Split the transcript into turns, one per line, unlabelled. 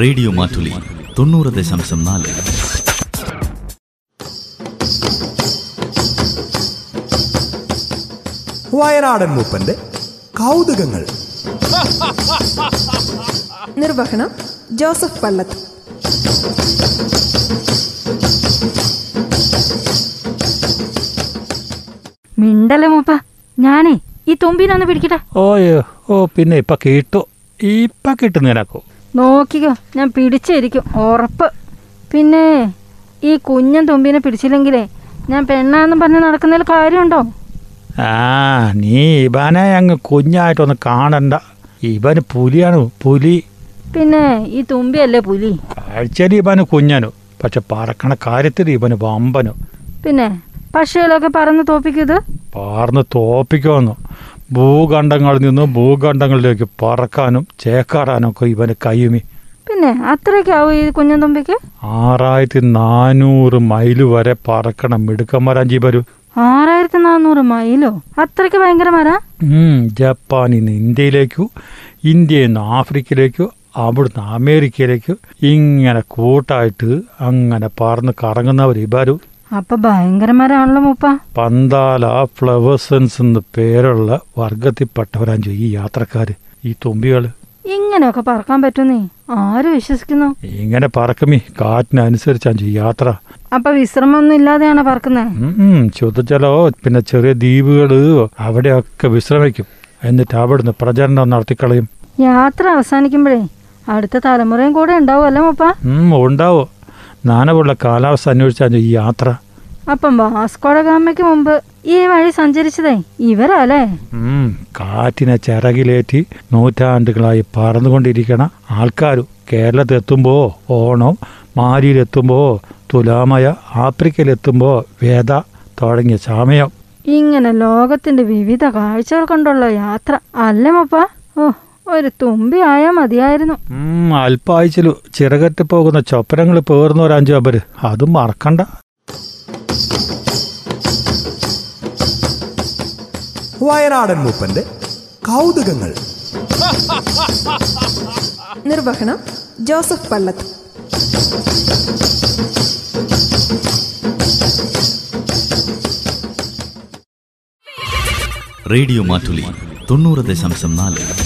radio Mattoli തൊണ്ണൂറ് ദശാംശം നാല്
വയനാടൻ മൂപ്പന്റെ കൗതുകങ്ങൾ
നിർവഹണം ജോസഫ് പള്ളത്ത്
മിണ്ടല്ലേ മൂപ്പ ഞാനേ ഈ തുമ്പിനൊന്ന് പിടിക്കട്ടെ
ഓയോ ഓ പിന്നെ ഇപ്പൊ കിട്ടു ഇപ്പൊ കിട്ടുന്നു നിനക്കോ
നോക്കിക്കോ ഞാൻ പിടിച്ചിരിക്കും ഉറപ്പ് പിന്നെ ഈ കുഞ്ഞൻ തുമ്പിനെ പിടിച്ചില്ലെങ്കിലേ ഞാൻ പെണ്ണാന്നും പറഞ്ഞ് നടക്കുന്നതിൽ കാര്യമുണ്ടോ
ആ നീ ഇവനെ അങ്ങ് കുഞ്ഞായിട്ടൊന്ന് കാണണ്ട ഇവന് പുലിയാണ് പുലി
പിന്നെ ഈ തുമ്പിയല്ലേ പുലി
കാഴ്ചയിൽ ഇവന് കുഞ്ഞനു പക്ഷെ പറക്കണ കാര്യത്തിൽ ഇവന് വമ്പനു
പിന്നെ പക്ഷികളൊക്കെ പറന്ന് തോപ്പിക്കത്
പാർന്ന് തോപ്പിക്കുമെന്നു ഭൂഖണ്ഡങ്ങളിൽ നിന്നും ഭൂഖണ്ഡങ്ങളിലേക്ക് പറക്കാനും ചേക്കാടാനും ഒക്കെ ഇവന് കയ്യുമി
പിന്നെ അത്രയ്ക്കാവും ഈ കുഞ്ഞൻ തുമ്പിക്ക്
ആറായിരത്തി നാനൂറ് മൈല് വരെ പറക്കണം മിടുക്കന്മാരാൻ ജീവരു
ആറായിരത്തി നാനൂറ് മൈലോ അത്രയ്ക്ക് ഭയങ്കര മര
ഉം, ജപ്പാനിൽ നിന്ന് ഇന്ത്യയിലേക്കോ ഇന്ത്യയിൽ നിന്ന് ആഫ്രിക്കയിലേക്കോ അവിടുന്ന് അമേരിക്കയിലേക്കോ ഇങ്ങനെ കൂട്ടായിട്ട് അങ്ങനെ പറന്ന് കറങ്ങുന്നവർ ഇവരു
അപ്പൊ ഭയങ്കര മരാണല്ലോ മൂപ്പ
പന്താല ഫ്ലവേഴ്സൻസ് എന്ന് പേരുള്ള വർഗത്തിൽപ്പെട്ടവരാണ് ഈ യാത്രക്കാർ ഈ തുമ്പികൾ
ഇങ്ങനെയൊക്കെ പറക്കാൻ പറ്റുന്നേ ആര് വിശ്വസിക്കുന്നു
ഇങ്ങനെ പറക്കുമി കാറ്റിനനുസരിച്ചാണ് ഈ യാത്ര
അപ്പൊ വിശ്രമമൊന്നും ഇല്ലാതെയാണ് പറക്കുന്നത്
ഉം, ഉം, ശുദ്ധജലോ പിന്നെ ചെറിയ ദ്വീപുകൾ അവിടെയൊക്കെ വിശ്രമിക്കും എന്നിട്ട് അവിടുന്ന് പ്രചരണം നടത്തിക്കളയും
യാത്ര അവസാനിക്കുമ്പോഴേ അടുത്ത തലമുറയും കൂടെ ഉണ്ടാവുമല്ലോ മുപ്പ
ഉം, ഉണ്ടാവും നാനവുള്ള കാലാവസ്ഥ അന്വേഷിച്ചാണ് ഈ യാത്ര
അപ്പം വാസ്കോഡ ഗാമയ്ക്ക് മുമ്പ് ഈ വഴി സഞ്ചരിച്ചതേ ഇവരല്ലേ
ഉം, കാറ്റിനെ ചിറകിലേറ്റി നൂറ്റാണ്ടുകളായി പറന്നുകൊണ്ടിരിക്കണ ആൾക്കാരും കേരളത്തിലെത്തുമ്പോൾ ഓണം മാലിയിലെത്തുമ്പോൾ തുലാമയ ആഫ്രിക്കയിലെത്തുമ്പോൾ വേദ തുടങ്ങിയ സമയം
ഇങ്ങനെ ലോകത്തിന്റെ വിവിധ കാഴ്ചകൾ കൊണ്ടുള്ള യാത്ര അല്ലേ മുപ്പ ഓ ഒരു തുമ്പി ആയാൽ മതിയായിരുന്നു
ഉം, അല്പായുസിലു ചിറകറ്റ് പോകുന്ന ചൊപ്പരങ്ങൾ പേർന്ന ഒരു അഞ്ചു അപര് അതും മറക്കണ്ട
വയനാടൻ മൂപ്പന്റെ കൗതുകങ്ങൾ
നിർവഹണം ജോസഫ് പള്ളത്ത്
റേഡിയോ മാറ്റുലി തൊണ്ണൂറ് ദശാംശം നാല്